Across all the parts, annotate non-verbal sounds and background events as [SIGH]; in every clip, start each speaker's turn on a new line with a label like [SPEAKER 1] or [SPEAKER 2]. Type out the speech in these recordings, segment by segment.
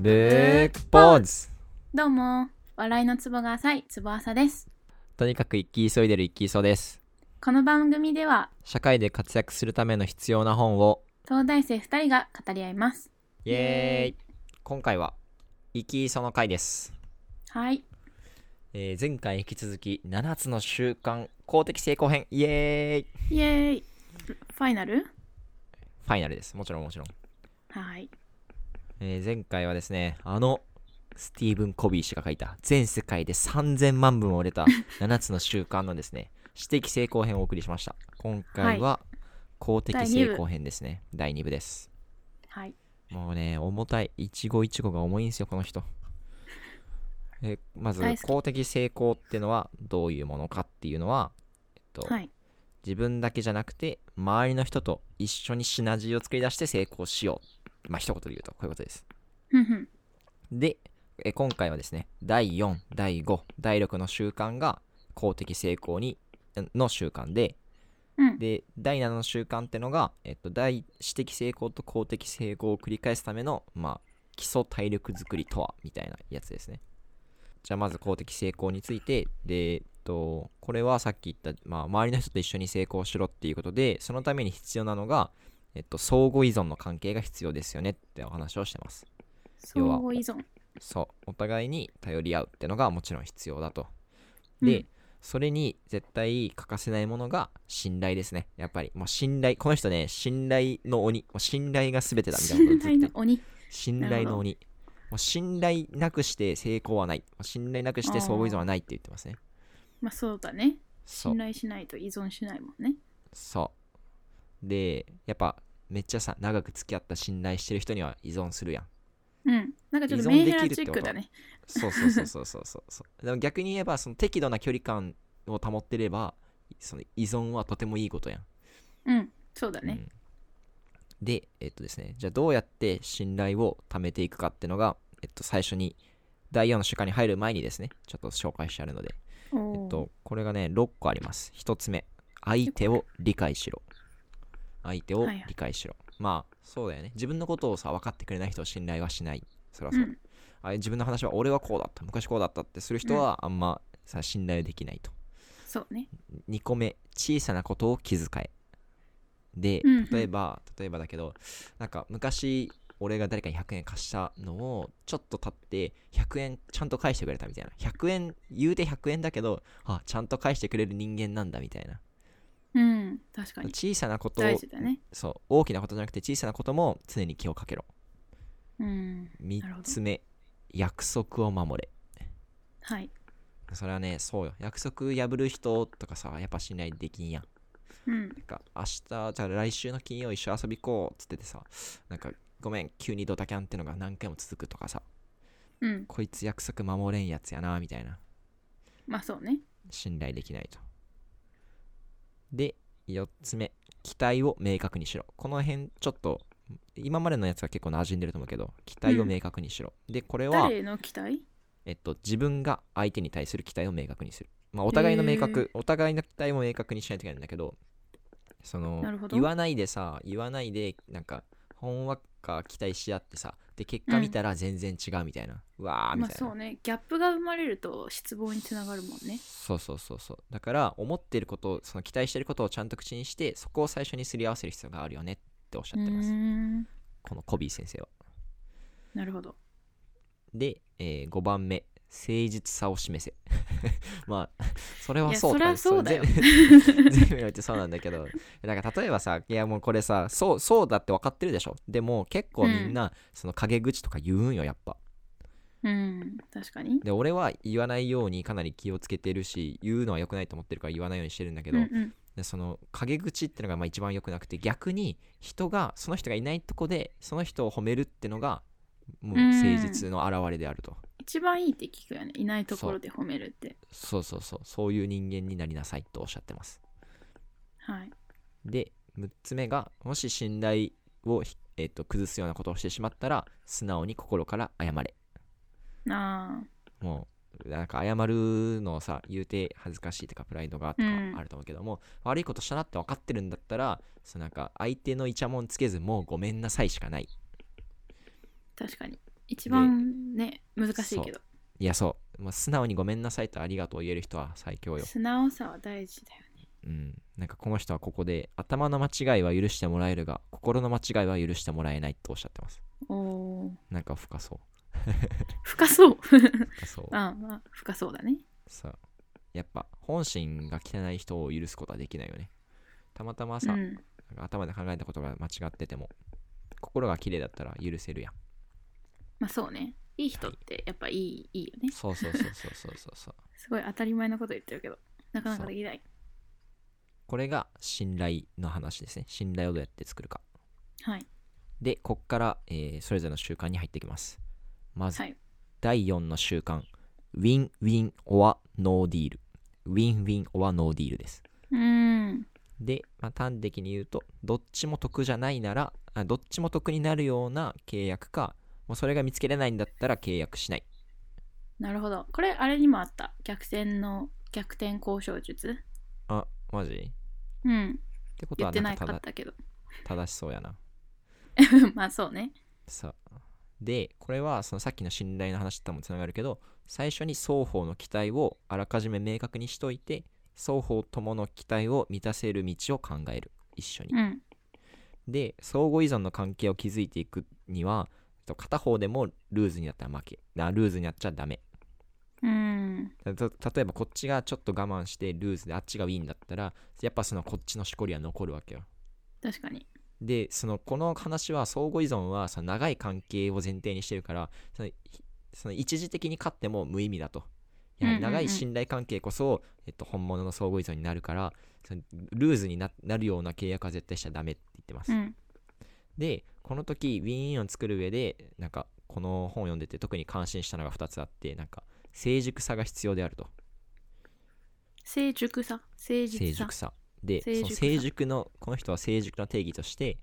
[SPEAKER 1] レッポーズ
[SPEAKER 2] どうも、笑いのツボが浅いツボ浅です。
[SPEAKER 1] とにかく生き急いでる生き急です。
[SPEAKER 2] この番組では、
[SPEAKER 1] 社会で活躍するための必要な本を、
[SPEAKER 2] 東大生2人が語り合います。
[SPEAKER 1] イエーイ今回は、生き急の回です。
[SPEAKER 2] はい。
[SPEAKER 1] えー前回引き続き、7つの習慣、公的成功編、イエーイ
[SPEAKER 2] イエーイ。ファイナル
[SPEAKER 1] ファイナルです。もちろんもちろん。
[SPEAKER 2] はい。
[SPEAKER 1] えー前回はですね、あの、スティーブン・コビー氏が書いた、全世界で3000万部も売れた7つの習慣のですね、私的成功編をお送りしました。今回は、公的
[SPEAKER 2] 第
[SPEAKER 1] 成
[SPEAKER 2] 二部
[SPEAKER 1] 功編ですね。第2部です。
[SPEAKER 2] はい。
[SPEAKER 1] もうね、重たい。一期一会が重いんですよ、この人。えまず
[SPEAKER 2] 大好、き
[SPEAKER 1] 公的成功っていうのはどういうものかっていうのは、えっと
[SPEAKER 2] はい。
[SPEAKER 1] 自分だけじゃなくて、周りの人と一緒にシナジーを作り出して成功しよう。まあ、一言で言うと、こういうことです。
[SPEAKER 2] ふんふん。
[SPEAKER 1] で、え今回はですね、第4、第5、第6の習慣が公的成功にの習慣で、
[SPEAKER 2] うん。
[SPEAKER 1] で第7の習慣ってのが、えっと、第私的成功と公的成功を繰り返すための、まあ、基礎体力づくりとはみたいなやつですねじゃあまず公的成功についてで、えっと、これはさっき言った、まあ、周りの人と一緒に成功しろっていうことでそのために必要なのが、えっと、相互依存の関係が必要ですよねってお話をしてます
[SPEAKER 2] 相互依存。
[SPEAKER 1] そうお互いに頼り合うってのがもちろん必要だと
[SPEAKER 2] うん
[SPEAKER 1] で、それに絶対欠かせないものが信頼ですねやっぱりもう信頼この人ね信頼の鬼もう信頼が全てだみたいなこと
[SPEAKER 2] 信
[SPEAKER 1] ずっと
[SPEAKER 2] 頼
[SPEAKER 1] 言
[SPEAKER 2] の
[SPEAKER 1] って
[SPEAKER 2] 鬼。
[SPEAKER 1] 信頼の鬼もう信頼なくして成功はないもう信頼なくして相互依存はないって言ってますね
[SPEAKER 2] まあそうだね。
[SPEAKER 1] そう
[SPEAKER 2] 信頼しないと依存しないもんね。
[SPEAKER 1] そうでやっぱめっちゃさ長く付き合った信頼してる人には依存するやん
[SPEAKER 2] うん。なんかちょっと
[SPEAKER 1] 依存で
[SPEAKER 2] メン
[SPEAKER 1] き
[SPEAKER 2] ヘ
[SPEAKER 1] る
[SPEAKER 2] ラチッ
[SPEAKER 1] って
[SPEAKER 2] ク
[SPEAKER 1] こと
[SPEAKER 2] だね。
[SPEAKER 1] そうそうそうそうそうそうそうでも逆に言えばその適度な距離感を保ってればその依存はとてもいいことやん
[SPEAKER 2] うん。そうだね。
[SPEAKER 1] うんでえっとですねじゃあどうやって信頼を貯めていくかっていうのが、えっと、最初に第4の主観に入る前にですねちょっと紹介してあるので、え
[SPEAKER 2] お
[SPEAKER 1] っ
[SPEAKER 2] ー
[SPEAKER 1] と、これがね6個あります1つ目相手を理解しろ相手を
[SPEAKER 2] はいはい
[SPEAKER 1] 理解しろ、まあそうだよね自分のことをさ分かってくれない人を信頼はしないそれは
[SPEAKER 2] う
[SPEAKER 1] そう、
[SPEAKER 2] ん。
[SPEAKER 1] あ自分の話は俺はこうだった昔こうだったってする人はあんまさ信頼できないと
[SPEAKER 2] そうね。
[SPEAKER 1] 2個目小さなことを気遣えで
[SPEAKER 2] うんうん
[SPEAKER 1] 例えば、例えばだけどなんか昔俺が誰かに100円貸したのをちょっと経って100円ちゃんと返してくれたみたいな100円言うて100円だけどあちゃんと返してくれる人間なんだみたいな
[SPEAKER 2] うん。確かに。
[SPEAKER 1] 小さなことを
[SPEAKER 2] 大事だね。
[SPEAKER 1] そう大きなことじゃなくて小さなことも常に気をかけろ
[SPEAKER 2] うん。なる
[SPEAKER 1] 3
[SPEAKER 2] ほど
[SPEAKER 1] つ目約束を守れ
[SPEAKER 2] はい。
[SPEAKER 1] それはねそうよ約束破る人とかさやっぱ信頼できんやん
[SPEAKER 2] うん。
[SPEAKER 1] なんか明日じゃあ来週の金曜一緒に遊び行こうっつっててさなんかごめん急にドタキャンってのが何回も続くとかさ
[SPEAKER 2] うん。
[SPEAKER 1] こいつ約束守れんやつやなみたいな
[SPEAKER 2] まあそうね。
[SPEAKER 1] 信頼できないとで4つ目期待を明確にしろこの辺ちょっと今までのやつは結構馴染んでると思うけど期待を明確にしろ、でこれは、
[SPEAKER 2] 誰への期待
[SPEAKER 1] えっと、自分が相手に対する期待を明確にするまあお互いの明確、お互いの期待も明確にしないといけないんだけどその
[SPEAKER 2] なるほど
[SPEAKER 1] 言わないでさ言わないでなんかほんわか期待し合ってさで結果
[SPEAKER 2] うん
[SPEAKER 1] 見たら全然違うみたいな、うわーみ
[SPEAKER 2] まあ
[SPEAKER 1] たいな、
[SPEAKER 2] そうねギャップが生まれると失望につながるもんね
[SPEAKER 1] そうそうそうそうだから思ってることをその期待してることをちゃんと口にしてそこを最初にすり合わせる必要があるよねっておっしゃ
[SPEAKER 2] う
[SPEAKER 1] ってます、
[SPEAKER 2] ーん
[SPEAKER 1] このコビー先生は
[SPEAKER 2] なるほど
[SPEAKER 1] で、え5番目誠実さを示せ [LAUGHS] まあそれはい
[SPEAKER 2] や
[SPEAKER 1] そう
[SPEAKER 2] そりゃそうだよ
[SPEAKER 1] 全部全部においてそうなんだけど [LAUGHS] なんか例えばさいやもうこれさそうそうだって分かってるでしょでも結構みんな、その陰口とか言うんよやっぱ
[SPEAKER 2] [LAUGHS] うん確かに
[SPEAKER 1] で俺は言わないようにかなり気をつけてるし言うのは良くないと思ってるから言わないようにしてるんだけど、
[SPEAKER 2] うんうん
[SPEAKER 1] でその陰口ってのがまあ一番良くなくて逆に人がその人がいないとこでその人を褒めるってのがもう誠実の表れであると、
[SPEAKER 2] 一番いいって聞くよねいないところで褒めるって
[SPEAKER 1] そうそうそうそういう人間になりなさいとおっしゃってます
[SPEAKER 2] はい
[SPEAKER 1] で6つ目がもし信頼をひ、えっと崩すようなことをしてしまったら素直に心から謝れ
[SPEAKER 2] あー
[SPEAKER 1] もうなんか謝るのをさ言うて恥ずかしいとかプライドがとか
[SPEAKER 2] うん
[SPEAKER 1] あると思うけども、悪いことしたなって分かってるんだったらそのなんか相手のイチャモンつけずもうごめんなさいしかない
[SPEAKER 2] 確かに一番ね、難しいけど。
[SPEAKER 1] いや、そう。まあ、素直にごめんなさいとありがとうを言える人は最強よ。
[SPEAKER 2] 素直さは大事だよね。
[SPEAKER 1] うん。なんかこの人はここで、頭の間違いは許してもらえるが、心の間違いは許してもらえないとおっしゃってます。
[SPEAKER 2] おー
[SPEAKER 1] なんか深そう。
[SPEAKER 2] 深そう。 [LAUGHS]
[SPEAKER 1] 深そう。
[SPEAKER 2] ああまあ、深そうだね。
[SPEAKER 1] そう。やっぱ、本心が汚い人を許すことはできないよね。たまたまさ、
[SPEAKER 2] うん。
[SPEAKER 1] なんか頭で考えたことが間違ってても、心が綺麗だったら許せるやん。
[SPEAKER 2] まあそうね。いい人ってやっぱいい、いいよね。
[SPEAKER 1] そうそうそうそうそうそうそう。
[SPEAKER 2] すごい当たり前のこと言ってるけど、なかなかできない。
[SPEAKER 1] これが信頼の話ですね。信頼をどうやって作るか。
[SPEAKER 2] はい。
[SPEAKER 1] で、こっから、えーそれぞれの習慣に入っていきます。まず、
[SPEAKER 2] はい。
[SPEAKER 1] 第4の習慣。ウィンウィン or ノーディール。ウィンウィン or ノーディールです。
[SPEAKER 2] うーん。
[SPEAKER 1] で、まあ、端的に言うと、どっちも得じゃないなら、あどっちも得になるような契約か、もうそれが見つけれないんだったら契約しない。
[SPEAKER 2] なるほど。これ、あれにもあった。逆転の、逆転交渉術。
[SPEAKER 1] あ、マジっ
[SPEAKER 2] うん。
[SPEAKER 1] てこと
[SPEAKER 2] 言
[SPEAKER 1] は
[SPEAKER 2] って
[SPEAKER 1] な
[SPEAKER 2] なんか
[SPEAKER 1] か
[SPEAKER 2] ったたけど。 [LAUGHS]
[SPEAKER 1] 正しそうやな。
[SPEAKER 2] まあそうね。
[SPEAKER 1] さあでこれはそのさっきの信頼の話ともつながるけど最初に双方の期待をあらかじめ明確にしといて双方ともの期待を満たせる道を考える一緒に、
[SPEAKER 2] うん。
[SPEAKER 1] で相互依存の関係を築いていくにはと片方でもルーズになったら負けなルーズになっちゃダメ
[SPEAKER 2] うん。
[SPEAKER 1] たと例えばこっちがちょっと我慢してルーズであっちがウィンだったらやっぱそのこっちのしこりは残るわけよ
[SPEAKER 2] 確かに。
[SPEAKER 1] でそのこの話は相互依存はその長い関係を前提にしてるからそのひその一時的に勝っても無意味だと。やはり
[SPEAKER 2] うんうんうん
[SPEAKER 1] 長い信頼関係こそ、えっと、本物の相互依存になるからそのルーズにななるような契約は絶対しちゃダメって言ってます。
[SPEAKER 2] うん。
[SPEAKER 1] でこの時ウィーンを作る上でなんかこの本を読んでて特に感心したのが2つあってなんか成熟さが必要であると。
[SPEAKER 2] 成熟さ。誠
[SPEAKER 1] 成
[SPEAKER 2] 実さ
[SPEAKER 1] 熟。さで
[SPEAKER 2] 成熟さ
[SPEAKER 1] その成熟のこの人は成熟の定義として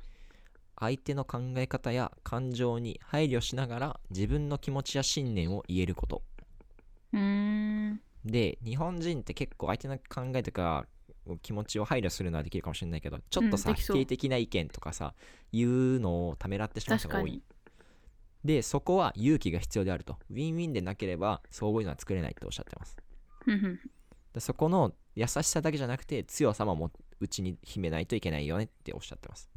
[SPEAKER 1] 相手の考え方や感情に配慮しながら自分の気持ちや信念を言えること
[SPEAKER 2] うーん。
[SPEAKER 1] で日本人って結構相手の考えとか気持ちを配慮するのはできるかもしれないけどちょっとさ、
[SPEAKER 2] うんでき
[SPEAKER 1] 否
[SPEAKER 2] そう
[SPEAKER 1] 定的な意見とかさ言うのをためらってしまう人
[SPEAKER 2] 確
[SPEAKER 1] が
[SPEAKER 2] か
[SPEAKER 1] 多い
[SPEAKER 2] に。
[SPEAKER 1] でそこは勇気が必要であるとウィンウィンでなければ相互依存は作れないとおっしゃってます
[SPEAKER 2] うんうん
[SPEAKER 1] でそこの優しさだけじゃなくて強さももうちに秘めないといけないよねっておっしゃってます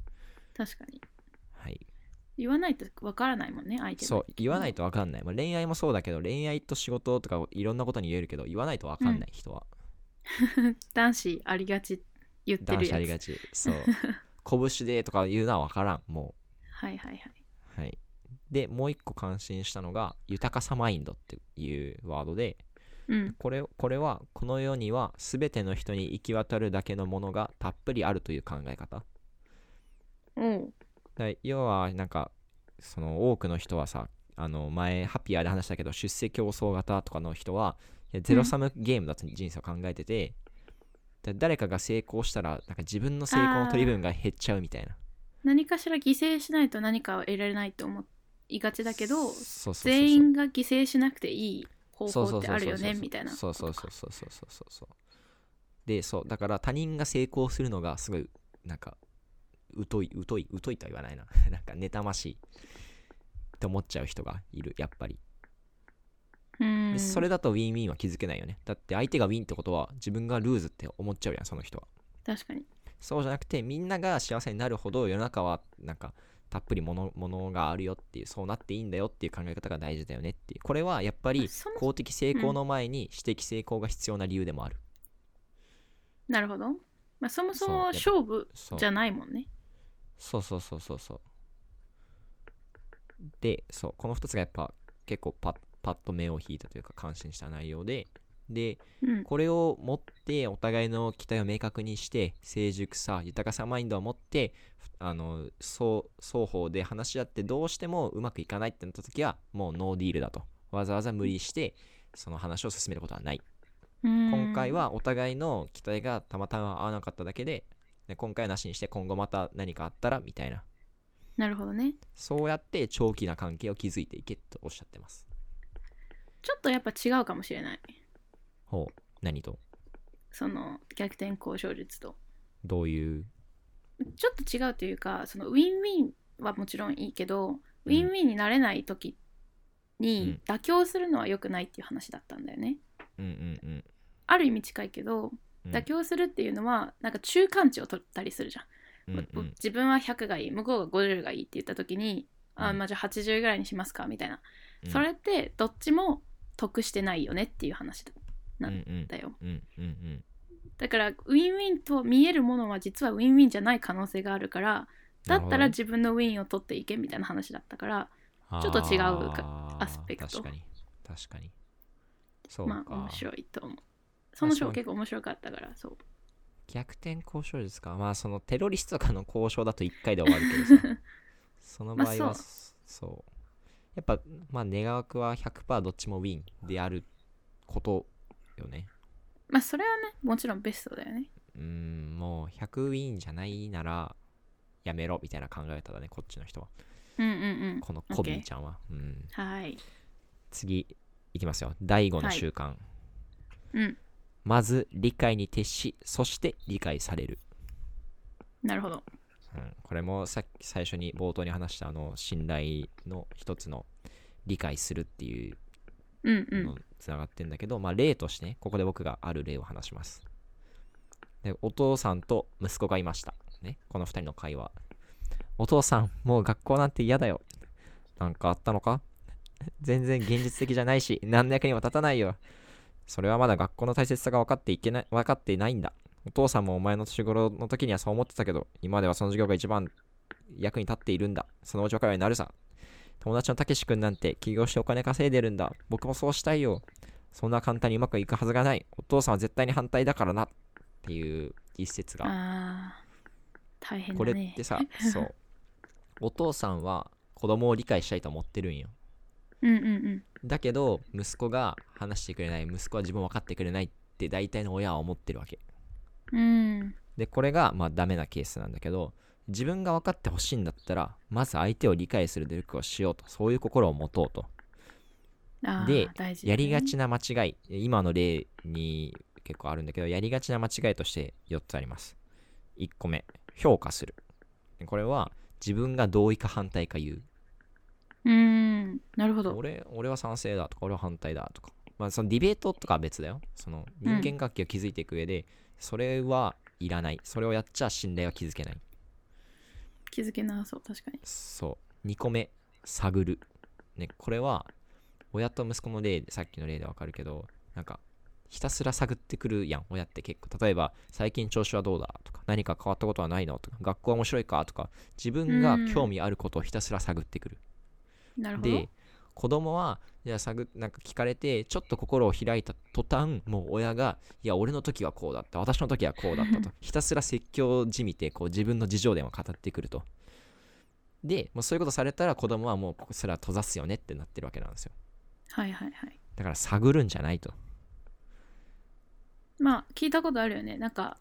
[SPEAKER 2] 確かに。
[SPEAKER 1] はい、
[SPEAKER 2] 言わないとわからないもんね、相手の
[SPEAKER 1] そう言わないと分かんない、まあ、恋愛もそうだけど恋愛と仕事とかいろんなことに言えるけど言わないと分かんない人は、
[SPEAKER 2] [LAUGHS] 男子ありがち言って
[SPEAKER 1] 男
[SPEAKER 2] る
[SPEAKER 1] 子あり
[SPEAKER 2] や
[SPEAKER 1] が
[SPEAKER 2] つ。
[SPEAKER 1] ち
[SPEAKER 2] [LAUGHS]
[SPEAKER 1] そう拳でとか言うのは分からんも
[SPEAKER 2] はいはいはい。
[SPEAKER 1] うはいでもう一個感心したのが豊かさマインドっていうワードで
[SPEAKER 2] うん。
[SPEAKER 1] これこれはこの世には全ての人に行き渡るだけのものがたっぷりあるという考え方
[SPEAKER 2] おう。
[SPEAKER 1] だ要はなんかその多くの人はさあの前ハピアで話したけど出世競争型とかの人はいやゼロサムゲームだと人生を考えてて、だ誰かが成功したらなんか自分の成功の取り分が減っちゃうみたいな
[SPEAKER 2] 何かしら犠牲しないと何かを得られないと思いがちだけど
[SPEAKER 1] そう、そうそうそう
[SPEAKER 2] 全員が犠牲しなくていい方
[SPEAKER 1] そう
[SPEAKER 2] 法
[SPEAKER 1] そう
[SPEAKER 2] って
[SPEAKER 1] そう
[SPEAKER 2] あるよ
[SPEAKER 1] そう
[SPEAKER 2] ね、
[SPEAKER 1] そう
[SPEAKER 2] みたいな。
[SPEAKER 1] そうそうそうそうそうそうそうそうでそうだから他人が成功するのがすごいなんか疎い疎い疎いとは言わない [LAUGHS] ななんか妬ましいって思っちゃう人がいるやっぱり
[SPEAKER 2] うー
[SPEAKER 1] で
[SPEAKER 2] ん。
[SPEAKER 1] それだとウィンウィンは気づけないよねだって相手がウィンってことは自分がルーズって思っちゃうやんその人は
[SPEAKER 2] 確かに。
[SPEAKER 1] そうじゃなくてみんなが幸せになるほど世の中はなんかたっぷりものものがあるよっていうそうなっていいんだよっていう考え方が大事だよねっていうこれはやっぱり
[SPEAKER 2] そも
[SPEAKER 1] 公的成功の前に私的成功が必要な理由でもある、
[SPEAKER 2] なるほど。まあ、そも
[SPEAKER 1] そ
[SPEAKER 2] そ
[SPEAKER 1] う
[SPEAKER 2] も
[SPEAKER 1] やっぱ
[SPEAKER 2] 勝負
[SPEAKER 1] そう
[SPEAKER 2] じゃないもんね。
[SPEAKER 1] そうそうそうそうそうでそうこの2つがやっぱ結構パッパッと目を引いたというか感心した内容でで
[SPEAKER 2] うん。
[SPEAKER 1] これを持ってお互いの期待を明確にして成熟さ豊かさマインドを持ってあの双双方で話し合ってどうしてもうまくいかないってなった時はもうノーディールだとわざわざ無理してその話を進めることはない今
[SPEAKER 2] 今
[SPEAKER 1] 回。はお互いの期待がたまたま合わなかっただけでで今回はなしにして今後また何かあったらみたいな
[SPEAKER 2] なるほどね。
[SPEAKER 1] そうやって長期な関係を築いていけとおっしゃってます
[SPEAKER 2] ちょっとやっぱ違うかもしれない。
[SPEAKER 1] ほう何と
[SPEAKER 2] その逆転交渉術と。
[SPEAKER 1] どういう
[SPEAKER 2] ちょっと違うというかそのウィンウィンはもちろんいいけどウィンウィンになれない時に妥協するのは良くないっていう話だったんだよね。
[SPEAKER 1] うんうん
[SPEAKER 2] ある意味近いけど
[SPEAKER 1] うん。
[SPEAKER 2] 妥協するっていうのはなんか中間値を取ったりするじゃん。
[SPEAKER 1] うんうん
[SPEAKER 2] 自分は100がいい向こうが50がいいって言った時に、あ
[SPEAKER 1] うん
[SPEAKER 2] まあじゃあ80ぐらいにしますかみたいな、
[SPEAKER 1] うん
[SPEAKER 2] それってどっちも得してないよねっていう話だ
[SPEAKER 1] うん
[SPEAKER 2] な
[SPEAKER 1] うん
[SPEAKER 2] だよ
[SPEAKER 1] うんうん
[SPEAKER 2] だからウィンウィンと見えるものは実はウィンウィンじゃない可能性があるからだった
[SPEAKER 1] な
[SPEAKER 2] ら
[SPEAKER 1] る
[SPEAKER 2] 自分のウィンを取っていけみたいな話だったから
[SPEAKER 1] ほ
[SPEAKER 2] ちょ
[SPEAKER 1] ど
[SPEAKER 2] っと違う
[SPEAKER 1] あー
[SPEAKER 2] アスペクト
[SPEAKER 1] 確かに確かにそう
[SPEAKER 2] まあ
[SPEAKER 1] か
[SPEAKER 2] 面白いと思うその
[SPEAKER 1] ま
[SPEAKER 2] 章
[SPEAKER 1] あそう
[SPEAKER 2] 結構面白かったからそう
[SPEAKER 1] 逆転交渉術かまあそのテロリストとかの交渉だと1回で終わるけど
[SPEAKER 2] [LAUGHS]
[SPEAKER 1] さその場合は、
[SPEAKER 2] まあそ
[SPEAKER 1] そそうやっぱまあ願わくは100%どっちもウィンであることよね
[SPEAKER 2] まあそれはねもちろんベストだよね
[SPEAKER 1] うーんもう100ウィンじゃないならやめろみたいな考え方だねこっちの人は
[SPEAKER 2] うんうんうん
[SPEAKER 1] このコビーちゃんは、うん、
[SPEAKER 2] はい
[SPEAKER 1] 次いきますよ第5の習慣、
[SPEAKER 2] うん
[SPEAKER 1] まず理解に徹しそして理解される、
[SPEAKER 2] なるほど
[SPEAKER 1] うん、これもさっき最初に冒頭に話したあの信頼の一つの理解するっていう
[SPEAKER 2] うんう
[SPEAKER 1] の
[SPEAKER 2] ん
[SPEAKER 1] につながってんだけど、まあ例としてねここで僕がある例を話しますでお父さんと息子がいました、ね、この2人の会話お父さんもう学校なんて嫌だよなんかあったのか [LAUGHS] 全然現実的じゃないし何の役にも立たないよそれはまだ学校の大切さが分かっていけない分かっていないんだお父さんもお前の年頃の時にはそう思ってたけど今ではその授業が一番役に立っているんだそのうち分かるようになるさ友達のたけし君なんて起業してお金稼いでるんだ僕もそうしたいよそんな簡単にうまくいくはずがないお父さんは絶対に反対だからなっていう一節が
[SPEAKER 2] あー大変だ
[SPEAKER 1] これ
[SPEAKER 2] ね
[SPEAKER 1] って
[SPEAKER 2] [LAUGHS]
[SPEAKER 1] さそうお父さんは子供を理解したいと思ってるんよ
[SPEAKER 2] うんうんうん
[SPEAKER 1] だけど息子が話してくれない息子は自分を分かってくれないって大体の親は思ってるわけ
[SPEAKER 2] うん
[SPEAKER 1] でこれがまあダメなケースなんだけど自分が分かってほしいんだったらまず相手を理解する努力をしようとそういう心を持とうと
[SPEAKER 2] あー
[SPEAKER 1] で
[SPEAKER 2] 大事だ
[SPEAKER 1] や
[SPEAKER 2] ね
[SPEAKER 1] りがちな間違い今の例に結構あるんだけどやりがちな間違いとして4つあります1個目評価するこれは自分が同意か反対か言う
[SPEAKER 2] うーんなるほど
[SPEAKER 1] 俺俺は賛成だとか俺は反対だとかまあそのディベートとかは別だよその人
[SPEAKER 2] うん
[SPEAKER 1] 間関係を築いていく上で、それはいらないそれをやっちゃ信頼は築けない
[SPEAKER 2] 気づけなそう確かに
[SPEAKER 1] そう2個目探る、ね、これは親と息子の例でさっきの例でわかるけどなんかひたすら探ってくるやん親って結構例えば最近調子はどうだとか何か変わったことはないのとか学校は面白いかとか自分が
[SPEAKER 2] うん
[SPEAKER 1] 興味あることをひたすら探ってくる
[SPEAKER 2] なるほど
[SPEAKER 1] で子供はいや探なんか聞かれてちょっと心を開いた途端もう親がいや俺の時はこうだった私の時はこうだったとひたすら説教じみてこう自分の事情伝を語ってくるとでもうそういうことされたら子供はもうここすら閉ざすよねってなってるわけなんですよ
[SPEAKER 2] はいはいはい
[SPEAKER 1] だから探るんじゃないと
[SPEAKER 2] まあ聞いたことあるよねなんか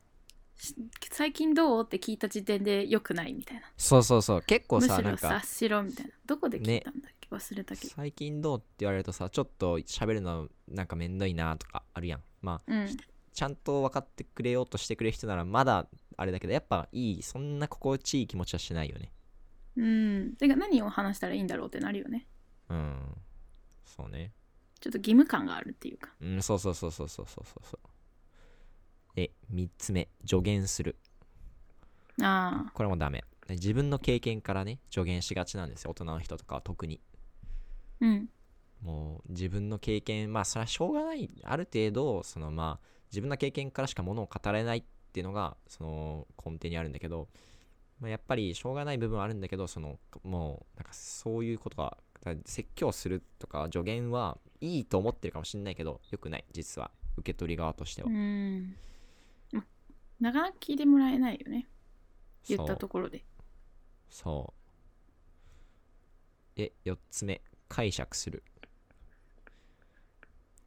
[SPEAKER 2] し最近どうって聞いた時点でよくないみたいな
[SPEAKER 1] そうそうそう結構
[SPEAKER 2] む
[SPEAKER 1] さ
[SPEAKER 2] し
[SPEAKER 1] な
[SPEAKER 2] ろ
[SPEAKER 1] んか
[SPEAKER 2] 察しろみたいなどこで聞いたんだっけ、忘れたけど
[SPEAKER 1] 最近どうって言われるとさちょっと喋るのなんかめんどいなとかあるやんまあ
[SPEAKER 2] うん
[SPEAKER 1] ちゃんと分かってくれようとしてくれる人ならまだあれだけどやっぱいいそんな心地いい気持ちはしないよね
[SPEAKER 2] うんてか何を話したらいいんだろうってなるよね
[SPEAKER 1] うんそうね
[SPEAKER 2] ちょっと義務感があるっていうか
[SPEAKER 1] うんそうそうそうそうそうそうそうそうで3つ目助言する
[SPEAKER 2] あ
[SPEAKER 1] これもダメで自分の経験からね助言しがちなんですよ大人の人とかは特に
[SPEAKER 2] ーうん
[SPEAKER 1] もう自分の経験まあそれはしょうがないある程度そのまあ自分の経験からしかものを語れないっていうのがその根底にあるんだけど、まあ、やっぱりしょうがない部分はあるんだけどそのもうなんかそういうことがだから説教するとか助言はいいと思ってるかもしれないけどよくない実は受け取り側としては、
[SPEAKER 2] うんまなかなか聞いてもらえないよね言ったところで
[SPEAKER 1] そうそうで4つ目解釈する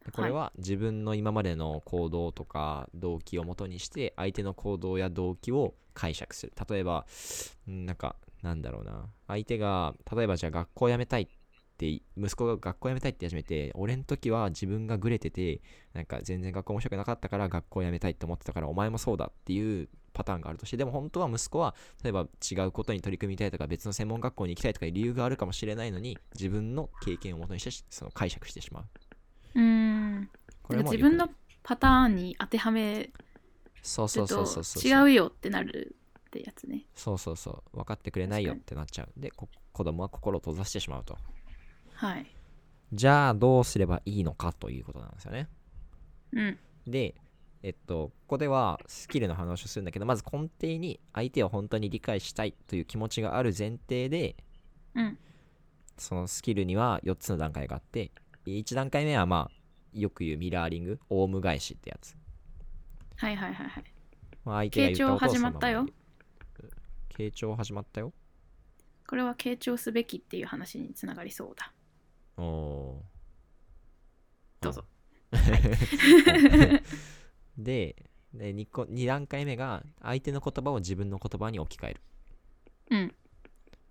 [SPEAKER 1] でこれは自分の今までの行動とか動機を元にして相手の行動や動機を解釈する例えばうんなんかなんだろうな相手が例えばじゃあ学校辞めたいって息子が学校辞めたいって始めて俺の時は自分がグレててなんか全然学校面白くなかったから学校辞めたいって思ってたからお前もそうだっていうパターンがあるとしてでも本当は息子は例えば違うことに取り組みたいとか別の専門学校に行きたいとかいう理由があるかもしれないのに自分の経験をもとにしてしその解釈してしまう
[SPEAKER 2] うん
[SPEAKER 1] こ
[SPEAKER 2] なん
[SPEAKER 1] れ
[SPEAKER 2] か
[SPEAKER 1] も
[SPEAKER 2] 自
[SPEAKER 1] よく
[SPEAKER 2] 分のパターンに当てはめ
[SPEAKER 1] そうそ
[SPEAKER 2] る
[SPEAKER 1] うそ
[SPEAKER 2] と
[SPEAKER 1] うそうそう
[SPEAKER 2] 違うよってなるってやつね
[SPEAKER 1] そうそうそう分かってくれないよっ
[SPEAKER 2] 確
[SPEAKER 1] てなっちゃうでこ子供は心を閉ざしてしまうと
[SPEAKER 2] はい
[SPEAKER 1] じゃあどうすればいいのかということなんですよね
[SPEAKER 2] うん
[SPEAKER 1] でえっとここではスキルの話をするんだけどまず根底に相手を本当に理解したいという気持ちがある前提で
[SPEAKER 2] うん
[SPEAKER 1] そのスキルには4つの段階があって1段階目はまあよく言うミラーリングオウム返しってやつ、
[SPEAKER 2] はいはいはいはい
[SPEAKER 1] まあ、相手が言ったことを
[SPEAKER 2] 傾聴
[SPEAKER 1] そ
[SPEAKER 2] 始
[SPEAKER 1] の
[SPEAKER 2] まっ
[SPEAKER 1] ま
[SPEAKER 2] た
[SPEAKER 1] ま
[SPEAKER 2] よ
[SPEAKER 1] 言う傾聴始まったよ
[SPEAKER 2] これは傾聴すべきっていう話につながりそうだ
[SPEAKER 1] おおー
[SPEAKER 2] どうぞ
[SPEAKER 1] [LAUGHS] でで 2, 個二段階目が相手の言葉を自分の言葉に置き換える
[SPEAKER 2] うん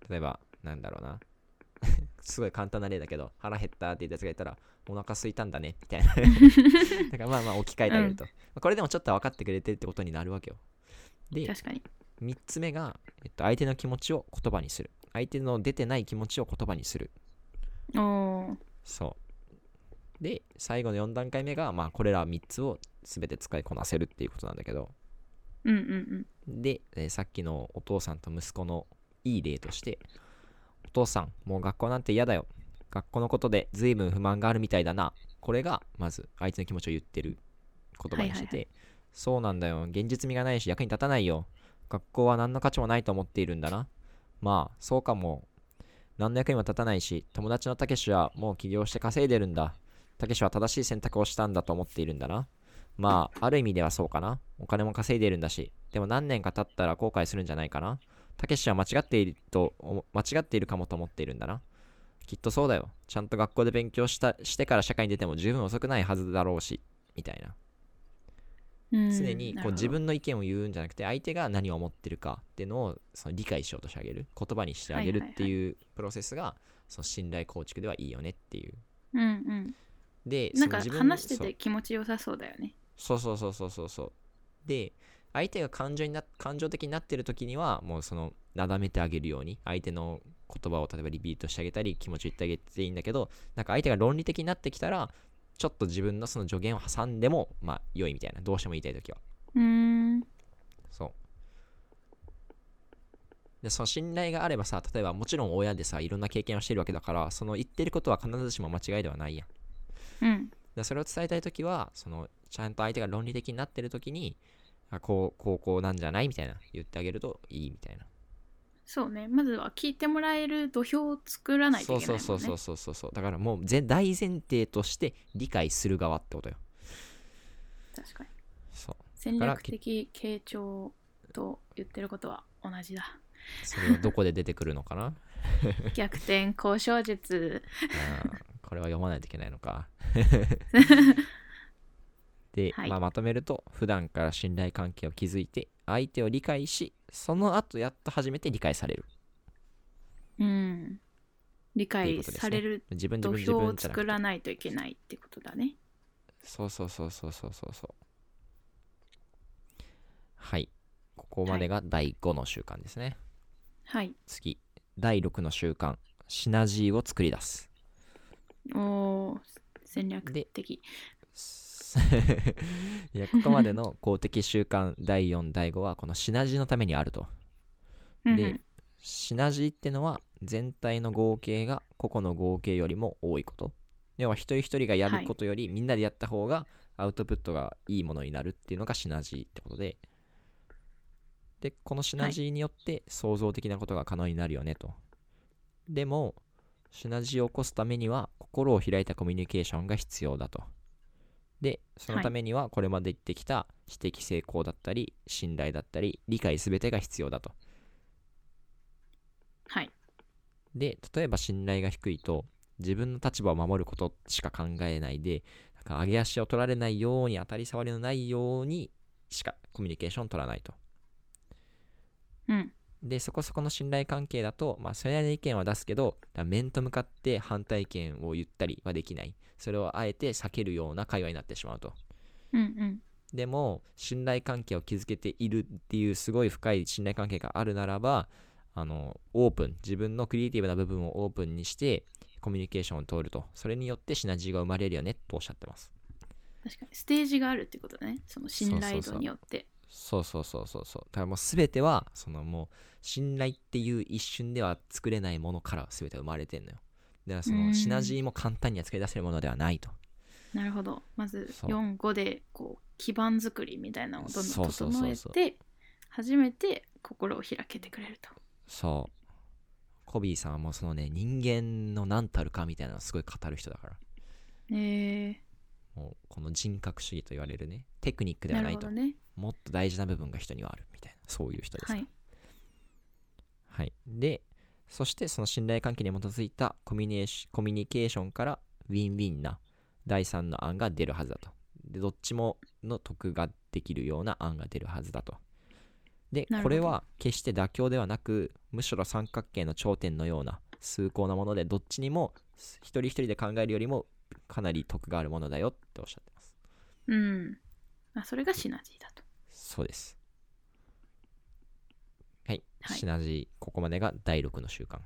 [SPEAKER 1] 例えばなんだろうな [LAUGHS] すごい簡単な例だけど腹減ったって言ったやつが言ったらお腹空いたんだねみたいな [LAUGHS] だからまあまあ置き換えてあげると、まあこれでもちょっと分かってくれてるってことになるわけよで
[SPEAKER 2] 確かに
[SPEAKER 1] 3つ目が、えっと、相手の気持ちを言葉にする相手の出てない気持ちを言葉にする
[SPEAKER 2] おおー
[SPEAKER 1] そうで最後の4段階目が、まあ、これら3つを全て使いこなせるっていうことなんだけど
[SPEAKER 2] うんうんうん
[SPEAKER 1] で、えーさっきのお父さんと息子のいい例としてお父さんもう学校なんて嫌だよ学校のことで随分不満があるみたいだなこれがまず相手の気持ちを言ってる言葉にしてて、
[SPEAKER 2] はいはいは
[SPEAKER 1] そうなんだよ現実味がないし役に立たないよ学校は何の価値もないと思っているんだなまあそうかも何の役にも立たないし友達のたけしはもう起業して稼いでるんだたけしは正しい選択をしたんだと思っているんだなまあある意味ではそうかなお金も稼いでるんだしでも何年か経ったら後悔するんじゃないかなたけしは間違っていると思間違っているかもと思っているんだなきっとそうだよちゃんと学校で勉強したしてから社会に出ても十分遅くないはずだろうしみたいな
[SPEAKER 2] うん
[SPEAKER 1] 常にこう
[SPEAKER 2] なるほど
[SPEAKER 1] 自分の意見を言うんじゃなくて相手が何を思ってるかっていうのをその理解しようとしてあげる言葉にしてあげるって
[SPEAKER 2] はい
[SPEAKER 1] いうプロセスがその信頼構築ではいいよねっていう
[SPEAKER 2] うんうん
[SPEAKER 1] で
[SPEAKER 2] なんか
[SPEAKER 1] その自分
[SPEAKER 2] 話して
[SPEAKER 1] そう
[SPEAKER 2] て気持ちよさそうだよね
[SPEAKER 1] そうそうそうそうそうそうで相手が感情にな感情的になってる時にはもうそのなだめてあげるように相手の言葉を例えばリピートしてあげたり気持ちを言ってあげていいんだけどなんか相手が論理的になってきたらちょっと自分のその助言を挟んでもまあ良いみたいなどうしても言いたい時は
[SPEAKER 2] うーん
[SPEAKER 1] そうでその信頼があればさ例えばもちろん親でさいろんな経験をしてるわけだからその言ってることは必ずしも間違いではないやん
[SPEAKER 2] うん
[SPEAKER 1] でそれを伝えたい時はそのちゃんと相手が論理的になってる時にあこうこうこうなんじゃないみたいな言ってあげるといいみたいな
[SPEAKER 2] そうねまずは聞いてもらえる土俵を作らないと
[SPEAKER 1] そ
[SPEAKER 2] いうけないも
[SPEAKER 1] そ
[SPEAKER 2] ん
[SPEAKER 1] う
[SPEAKER 2] ね
[SPEAKER 1] そうそうそうそうそうだからもう全大前提として理解する側ってことよ
[SPEAKER 2] 確かに
[SPEAKER 1] そう
[SPEAKER 2] 戦略的傾聴と言ってることは同
[SPEAKER 1] [LAUGHS]
[SPEAKER 2] じだ
[SPEAKER 1] それはどこで出てくるの
[SPEAKER 2] [LAUGHS]
[SPEAKER 1] かな
[SPEAKER 2] 逆転交渉術
[SPEAKER 1] あーこれは読まないといけないの
[SPEAKER 2] [LAUGHS]
[SPEAKER 1] かで、
[SPEAKER 2] はい
[SPEAKER 1] まあ、まとめると普段から信頼関係を築いて相手を理解しその後やっと初めて理解される
[SPEAKER 2] うん理
[SPEAKER 1] っていう
[SPEAKER 2] 解
[SPEAKER 1] ことですね
[SPEAKER 2] される
[SPEAKER 1] 自分自
[SPEAKER 2] 土
[SPEAKER 1] 分自
[SPEAKER 2] 俵
[SPEAKER 1] 分
[SPEAKER 2] を
[SPEAKER 1] じゃな
[SPEAKER 2] 作
[SPEAKER 1] くて
[SPEAKER 2] らないといけないってことだね
[SPEAKER 1] そうそうそうそうそうそうそうはいここまでが第5の習慣ですね、
[SPEAKER 2] はい
[SPEAKER 1] 次第6の習慣シナジーを作り出す [LAUGHS]
[SPEAKER 2] おお戦略
[SPEAKER 1] で
[SPEAKER 2] 的
[SPEAKER 1] いやここまでの公的習慣第4第5はこのシナジーのためにあると
[SPEAKER 2] うんうん
[SPEAKER 1] でシナジーってのは全体の合計が個々の合計よりも多いこと要は一人一人がや
[SPEAKER 2] は
[SPEAKER 1] る
[SPEAKER 2] い
[SPEAKER 1] ことよりみんなでやった方がアウトプットがいいものになるっていうのがシナジーってことででこのシナジーによって創造的なことが可能になるよねとでもシナジーを起こすためには心を開いたコミュニケーションが必要だとでそのためにはこれまで言ってきた知的成功だったり信頼だったり理解全てが必要だと
[SPEAKER 2] はい
[SPEAKER 1] で例えば信頼が低いと自分の立場を守ることしか考えないでなんか上げ足を取られないように当たり障りのないようにしかコミュニケーションを取らないと
[SPEAKER 2] うん
[SPEAKER 1] でそこそこの信頼関係だと、まあ、それなりの意見は出すけどだから面と向かって反対意見を言ったりはできないそれをあえて避けるような会話になってしまうと
[SPEAKER 2] うんうん
[SPEAKER 1] でも信頼関係を築けているっていうすごい深い信頼関係があるならばあのオープン自分のクリエイティブな部分をオープンにしてコミュニケーションを取るとそれによってシナジーが生まれるよねとおっしゃってます
[SPEAKER 2] 確かにステージがあるってことだねその信頼度によって
[SPEAKER 1] そうそうそうそうそうだからもう全てはそのもう信頼っていう一瞬では作れないものから全て生まれてんのよだからそうの
[SPEAKER 2] ん
[SPEAKER 1] シナジーも簡単には作り出せるものではないと
[SPEAKER 2] なるほどまず
[SPEAKER 1] そう
[SPEAKER 2] 45でこう基盤作りみたいなのをどんどん
[SPEAKER 1] そうそうそ
[SPEAKER 2] 整
[SPEAKER 1] う
[SPEAKER 2] え
[SPEAKER 1] そう
[SPEAKER 2] て初めて心を開けてくれると
[SPEAKER 1] そうコビーさんはもうそのね人間の何たるかみたいなのをすごい語る人だから
[SPEAKER 2] え
[SPEAKER 1] もうこの人格主義と言われるねテクニック
[SPEAKER 2] ー、
[SPEAKER 1] では
[SPEAKER 2] な
[SPEAKER 1] な
[SPEAKER 2] る
[SPEAKER 1] い
[SPEAKER 2] ほ
[SPEAKER 1] と
[SPEAKER 2] どね
[SPEAKER 1] もっと大事な部分が人にはあるみたいなそういう人ですか
[SPEAKER 2] は
[SPEAKER 1] ら
[SPEAKER 2] い
[SPEAKER 1] はい、でそしてその信頼関係に基づいたコミュニエーシコミュニケーションからウィンウィンな第3の案が出るはずだとでどっちもの得ができるような案が出るはずだとで
[SPEAKER 2] なる
[SPEAKER 1] こ
[SPEAKER 2] ほど
[SPEAKER 1] れは決して妥協ではなくむしろ三角形の頂点のような崇高なものでどっちにも一人一人で考えるよりもかなり得があるものだよっておっしゃってます
[SPEAKER 2] うんあそれがシナジーだと
[SPEAKER 1] そうですはい、
[SPEAKER 2] はい
[SPEAKER 1] シナジーここまでが第6の習慣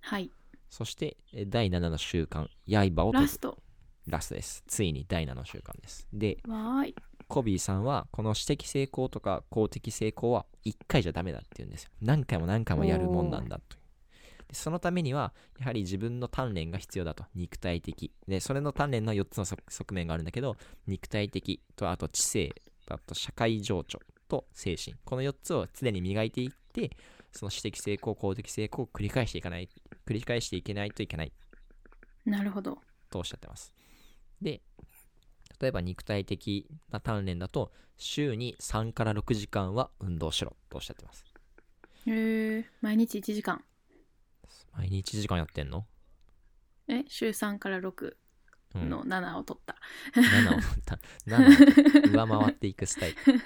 [SPEAKER 2] はい
[SPEAKER 1] そしてえー第7の習慣、刃を解
[SPEAKER 2] ラ
[SPEAKER 1] く
[SPEAKER 2] スト
[SPEAKER 1] ラストです。ついに第7の習慣です。で、
[SPEAKER 2] わーい
[SPEAKER 1] コビーさんはこの私的成功とか公的成功は1回じゃダメだって言うんですよ。何回も何回もやるもんなんだという。でそのためには、やはり自分の鍛錬が必要だと。肉体的。で、それの鍛錬の4つの側側面があるんだけど、肉体的と、あと知性、あと社会情緒と精神。この4つを常に磨いていって、その私的成功、公的成功を繰り返していかない、繰り返していけないといけない。
[SPEAKER 2] なるほど
[SPEAKER 1] とおっしゃってます。で、例えば肉体的な鍛錬だと、週に3から6時間は運動しろとおっしゃってます。
[SPEAKER 2] えー、毎日1時間
[SPEAKER 1] 毎日1時間やってんの
[SPEAKER 2] え週3から6
[SPEAKER 1] うん。
[SPEAKER 2] の7を取った、
[SPEAKER 1] 7を取った、7を上回っていくス
[SPEAKER 2] [LAUGHS]
[SPEAKER 1] タイル。い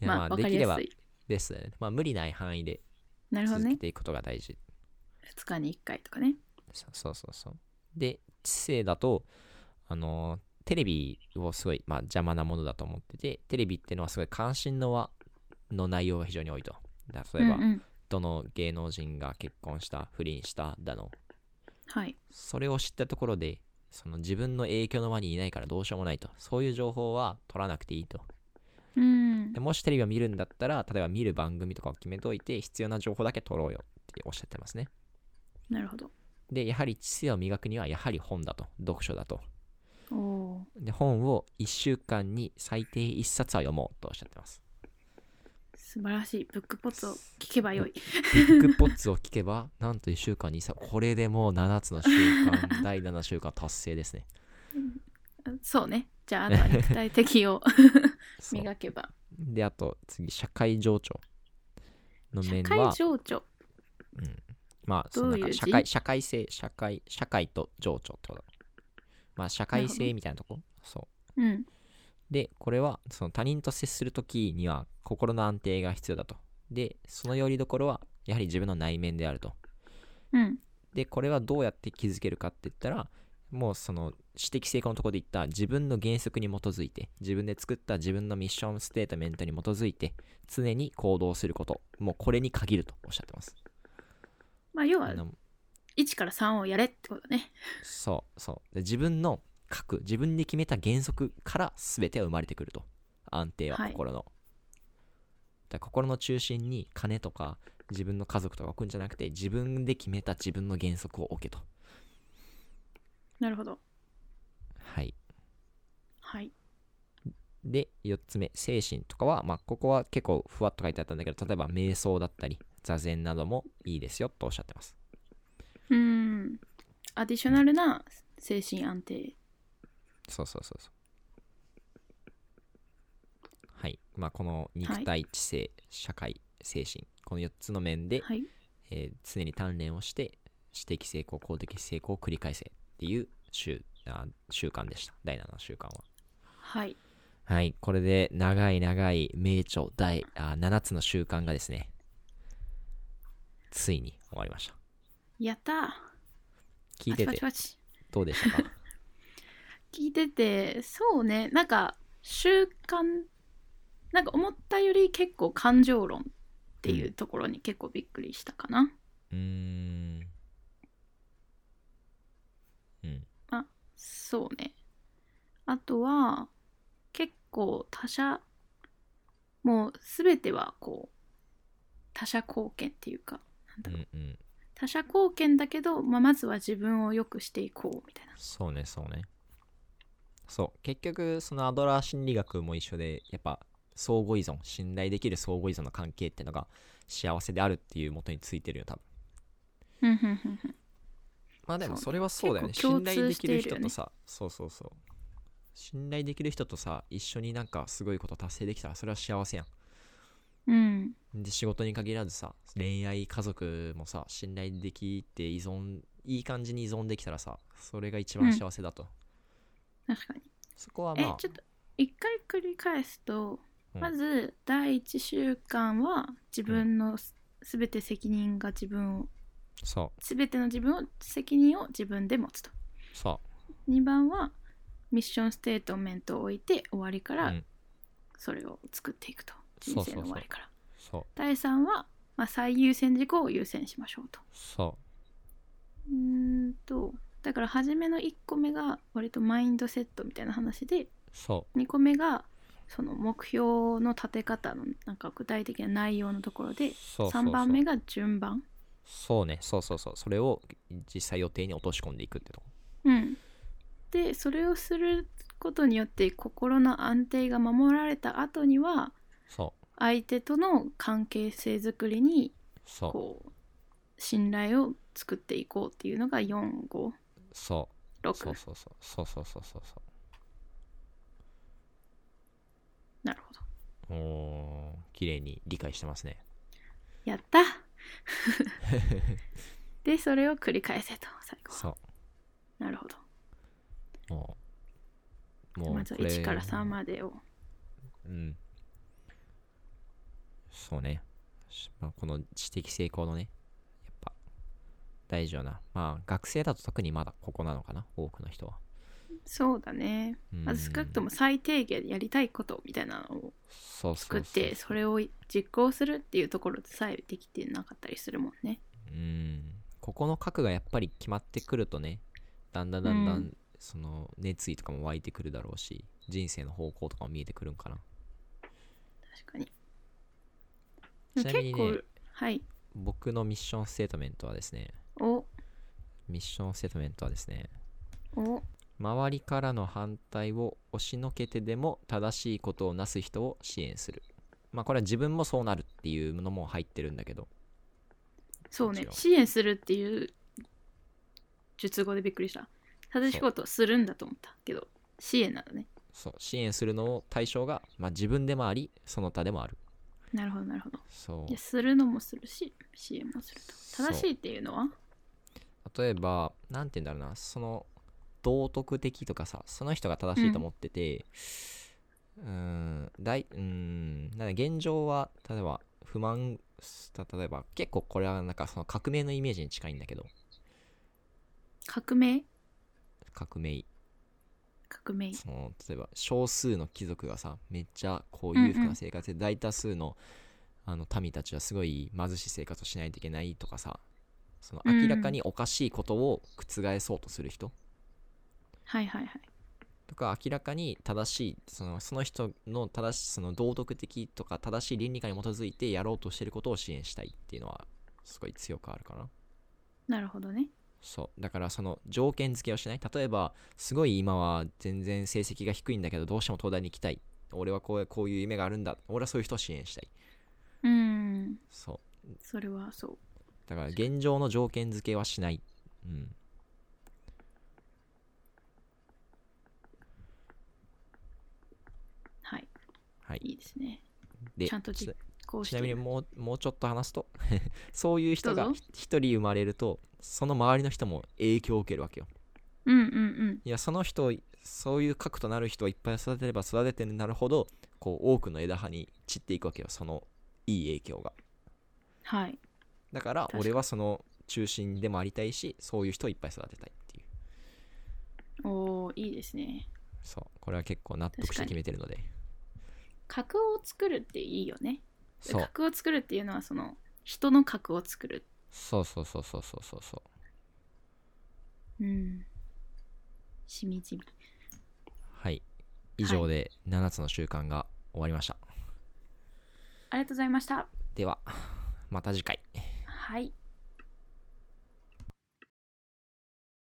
[SPEAKER 1] や
[SPEAKER 2] まあわ
[SPEAKER 1] で
[SPEAKER 2] か
[SPEAKER 1] き
[SPEAKER 2] り
[SPEAKER 1] れ
[SPEAKER 2] や
[SPEAKER 1] ば
[SPEAKER 2] すい
[SPEAKER 1] ですよね。まあ、無理ない範囲で
[SPEAKER 2] なるほど
[SPEAKER 1] 続け
[SPEAKER 2] ね
[SPEAKER 1] ていくことが大事。
[SPEAKER 2] 2日に1回とかね
[SPEAKER 1] そうそうそうそう。で、知性だと、あのーテレビをすごい、まあ、邪魔なものだと思ってて、テレビっていうのはすごい関心の輪の内容が非常に多いと。だ例えば、
[SPEAKER 2] うんうん、
[SPEAKER 1] どの芸能人が結婚した、不倫しただの、
[SPEAKER 2] はい
[SPEAKER 1] それを知ったところで、その自分の影響の輪にいないからどうしようもないと。そういう情報は取らなくていいと。
[SPEAKER 2] うん
[SPEAKER 1] でもしテレビを見るんだったら、例えば見る番組とかを決めといて、必要な情報だけ取ろうよっておっしゃってますね。
[SPEAKER 2] なるほど
[SPEAKER 1] で、やはり知性を磨くには、やはり本だと。読書だと。
[SPEAKER 2] おお
[SPEAKER 1] で本を1週間に最低1冊は読もうとおっしゃってます。
[SPEAKER 2] ー素晴らしいブックポッツを聞けばよい
[SPEAKER 1] ビッグポッツを聞けば、なんと1週間に1冊。これでもう7つの習慣、第7週間達成ですね。
[SPEAKER 2] そうねじゃああとは肉体的を
[SPEAKER 1] [LAUGHS] そう
[SPEAKER 2] 磨けば
[SPEAKER 1] で、あと次、社会情緒の
[SPEAKER 2] 社
[SPEAKER 1] 面
[SPEAKER 2] 会
[SPEAKER 1] は、
[SPEAKER 2] 情緒
[SPEAKER 1] まあ、その
[SPEAKER 2] どう
[SPEAKER 1] 中
[SPEAKER 2] いう字
[SPEAKER 1] 社会、社会性、社会、社会と情緒ってことだ。まあ、社会性みたいなとこそ
[SPEAKER 2] うん
[SPEAKER 1] う。で、これは、その他人と接するときには、心の安定が必要だと。で、そのよりどころは、やはり自分の内面であると。
[SPEAKER 2] うん
[SPEAKER 1] で、これはどうやって気づけるかって言ったら、もうその私的成功のところで言った自分の原則に基づいて、自分で作った自分のミッションステートメントに基づいて、常に行動すること、もうこれに限るとおっしゃってます。
[SPEAKER 2] まあ要は
[SPEAKER 1] あの
[SPEAKER 2] 1から3をやれってことね
[SPEAKER 1] そうそう。で自分の核、自分で決めた原則から全ては生まれてくると。安定は
[SPEAKER 2] はい
[SPEAKER 1] 心の。だから心の中心に金とか自分の家族とか置くんじゃなくて、自分で決めた自分の原則を置けと。
[SPEAKER 2] なるほど
[SPEAKER 1] はい。
[SPEAKER 2] はい
[SPEAKER 1] で、4つ目、精神とかは、まあ、ここは結構ふわっと書いてあったんだけど、例えば瞑想だったり、座禅などもいいですよとおっしゃってます。
[SPEAKER 2] うんアディショナルな精神安定
[SPEAKER 1] そうそうそうそう。はい。まあ、この肉体、知性、社会、精神、この4つの面で、
[SPEAKER 2] はい
[SPEAKER 1] えー常に鍛錬をして、私的成功、公的成功を繰り返せっていう習あ習慣でした。第7習慣は。
[SPEAKER 2] はい
[SPEAKER 1] はい。これで、長い長い名著、第あ7つの習慣がですね、ついに終わりました。
[SPEAKER 2] やったー
[SPEAKER 1] 聞いて
[SPEAKER 2] パチ
[SPEAKER 1] て
[SPEAKER 2] パチパチ [LAUGHS]
[SPEAKER 1] どうでしたか
[SPEAKER 2] 聞いててそうねなんか習慣なんか思ったより結構感情論っていうところに結構びっくりしたかな。
[SPEAKER 1] うーん。うん。
[SPEAKER 2] そうね。あとは、結構他者、もうすべてはこう、他者貢献っていうか、なん
[SPEAKER 1] う
[SPEAKER 2] だろうん
[SPEAKER 1] うん。
[SPEAKER 2] 他者貢献だけど、まあ、まずは自分を良くしていこうみたいな。
[SPEAKER 1] そうね、そうね。そう。結局、そのアドラー心理学も一緒で、やっぱ、相互依存、信頼できる相互依存の関係ってのが幸せであるっていう元についてるよ、多分。
[SPEAKER 2] うんうんうんうん
[SPEAKER 1] まあでも
[SPEAKER 2] そう
[SPEAKER 1] それはそうだよね。
[SPEAKER 2] 結構
[SPEAKER 1] 信
[SPEAKER 2] 共通
[SPEAKER 1] 頼できる
[SPEAKER 2] している
[SPEAKER 1] 人
[SPEAKER 2] よ
[SPEAKER 1] と
[SPEAKER 2] ね
[SPEAKER 1] さ、そうそうそう。信頼できる人とさ、一緒になんかすごいこと達成できたらそれは幸せやん。
[SPEAKER 2] うん。
[SPEAKER 1] で仕事に限らずさ恋愛家族もさ信頼できて依存いい感じに依存できたらさそれが一番幸せだと、
[SPEAKER 2] 確かに。
[SPEAKER 1] そこは
[SPEAKER 2] え
[SPEAKER 1] まあ、
[SPEAKER 2] ちょっと、一回繰り返すと、
[SPEAKER 1] うん
[SPEAKER 2] まず、第一週間は自分のすすべて責任が自分を、
[SPEAKER 1] そ
[SPEAKER 2] すべての自分を、責任を自分で持つと。
[SPEAKER 1] うそ
[SPEAKER 2] 2番はミッションステートメントを置いて終わりか
[SPEAKER 1] う、う
[SPEAKER 2] ら
[SPEAKER 1] ん、
[SPEAKER 2] それを作っていくと、
[SPEAKER 1] そう
[SPEAKER 2] 人
[SPEAKER 1] そう
[SPEAKER 2] 生
[SPEAKER 1] そう
[SPEAKER 2] の終わりから
[SPEAKER 1] そう
[SPEAKER 2] 第3は、まあ、最優先事項を優先しましょうと
[SPEAKER 1] そう
[SPEAKER 2] ーんとだから初めの1個目が割とマインドセットみたいな話で
[SPEAKER 1] うそ
[SPEAKER 2] 2個目がその目標の立て方のなんか具体的な内容のところ
[SPEAKER 1] う
[SPEAKER 2] で
[SPEAKER 1] そうそう
[SPEAKER 2] 3番目が順番
[SPEAKER 1] そうねそうそうそうそれを実際予定に落とし込んでいくってとこ
[SPEAKER 2] うん、でそれをすることによって心の安定が守られた後には
[SPEAKER 1] そう
[SPEAKER 2] 相手との関係性づくりに
[SPEAKER 1] そう
[SPEAKER 2] こう信頼を作っていこうっていうのが456
[SPEAKER 1] そうそうそうそうそうそうそうそうそ
[SPEAKER 2] なるほど
[SPEAKER 1] うおー綺麗に理解してますね
[SPEAKER 2] やった
[SPEAKER 1] [LAUGHS]
[SPEAKER 2] でそれを繰り返せと最後は
[SPEAKER 1] そ
[SPEAKER 2] なるほど
[SPEAKER 1] うもうもう
[SPEAKER 2] まずは
[SPEAKER 1] これ
[SPEAKER 2] 1から3までを
[SPEAKER 1] うん。そうね。しまあ、この知的成功のね、やっぱ、大事よな。まあ、学生だと特にまだここなのかな、多くの人は。
[SPEAKER 2] そうだね
[SPEAKER 1] うん
[SPEAKER 2] まず少なくとも最低限やりたいことみたいなのを
[SPEAKER 1] そうそ
[SPEAKER 2] 作
[SPEAKER 1] う
[SPEAKER 2] っ
[SPEAKER 1] そう
[SPEAKER 2] てそれを実行するっていうところでさえできてなかったりするもんね
[SPEAKER 1] うん。ここの核がやっぱり決まってくるとね、だんだんだんだん、
[SPEAKER 2] うん
[SPEAKER 1] その熱意とかも湧いてくるだろうし、人生の方向とかも見えてくるんかな。
[SPEAKER 2] 確かに
[SPEAKER 1] ちなみにね
[SPEAKER 2] 結構はい
[SPEAKER 1] 僕のミッションステートメントはですね、
[SPEAKER 2] お
[SPEAKER 1] ミッションステートメントはですね、
[SPEAKER 2] お
[SPEAKER 1] 周りからの反対を押しのけてでも正しいことをなす人を支援するまあこれは自分もそうなるっていうのも入ってるんだけど
[SPEAKER 2] そうね
[SPEAKER 1] 違う
[SPEAKER 2] 支援するっていう術語でびっくりした正しいことをするんだと思ったけど支援なのね
[SPEAKER 1] そう支援するのを対象が、まあ、自分でもありその他でもある
[SPEAKER 2] なるほどなるほど
[SPEAKER 1] そう
[SPEAKER 2] いやするのもするし支援もすると
[SPEAKER 1] そう
[SPEAKER 2] 正しいっていうのは
[SPEAKER 1] 例えば何て言うんだろうなその道徳的とかさその人が正しいと思っててうーん大うーんなんだ現状は例えば不満た例えば結構これはなんかその革命のイメージに近いんだけど
[SPEAKER 2] 革命
[SPEAKER 1] 革命
[SPEAKER 2] 革命
[SPEAKER 1] その例えば少数の貴族がさめっちゃこう裕福な生活で、大多数のあの民たちはすごい貧しい生活をしないといけないとかさその
[SPEAKER 2] うん
[SPEAKER 1] 明らかにおかしいことを覆そうとする人、
[SPEAKER 2] はいはいはい
[SPEAKER 1] とか明らかに正しいそのその人の正しその道徳的とか正しい倫理観に基づいてやろうとしてることを支援したいっていうのはすごい強くあるかな。
[SPEAKER 2] なるほどね
[SPEAKER 1] そうだからその条件付けをしない例えばすごい今は全然成績が低いんだけどどうしても東大に行きたい俺はこうこういう夢があるんだ俺はそういう人を支援したいう
[SPEAKER 2] ーん
[SPEAKER 1] そう
[SPEAKER 2] それはそう
[SPEAKER 1] だから現状の条件付けはしないうん
[SPEAKER 2] はい
[SPEAKER 1] はい
[SPEAKER 2] いいですね
[SPEAKER 1] で
[SPEAKER 2] ちゃんと
[SPEAKER 1] ち
[SPEAKER 2] 実こうし
[SPEAKER 1] ちなみに
[SPEAKER 2] て
[SPEAKER 1] もうもうちょっと話すと [LAUGHS] そういう人が
[SPEAKER 2] どうぞ
[SPEAKER 1] 一人生まれるとその周りの人も影響を受けるわけよ
[SPEAKER 2] うんうんうん
[SPEAKER 1] いやその人をそういう核となる人をいっぱい育てれば育ててるなるほどこう多くの枝葉に散っていくわけよそのいい影響が
[SPEAKER 2] はい
[SPEAKER 1] だから
[SPEAKER 2] 確かに
[SPEAKER 1] 俺はその中心でもありたいしそういう人をいっぱい育てたいっていう
[SPEAKER 2] おーいいですね
[SPEAKER 1] そうこれは結構納得して決めてるので
[SPEAKER 2] 格を作るっていいよね
[SPEAKER 1] そう
[SPEAKER 2] 格を作るっていうのはその人の格を作る
[SPEAKER 1] そうそうそうそうそうそうそう
[SPEAKER 2] うんしみじみ
[SPEAKER 1] はい以上で7つの習慣が終わりました、
[SPEAKER 2] ありがとうございました
[SPEAKER 1] ではまた次回
[SPEAKER 2] はい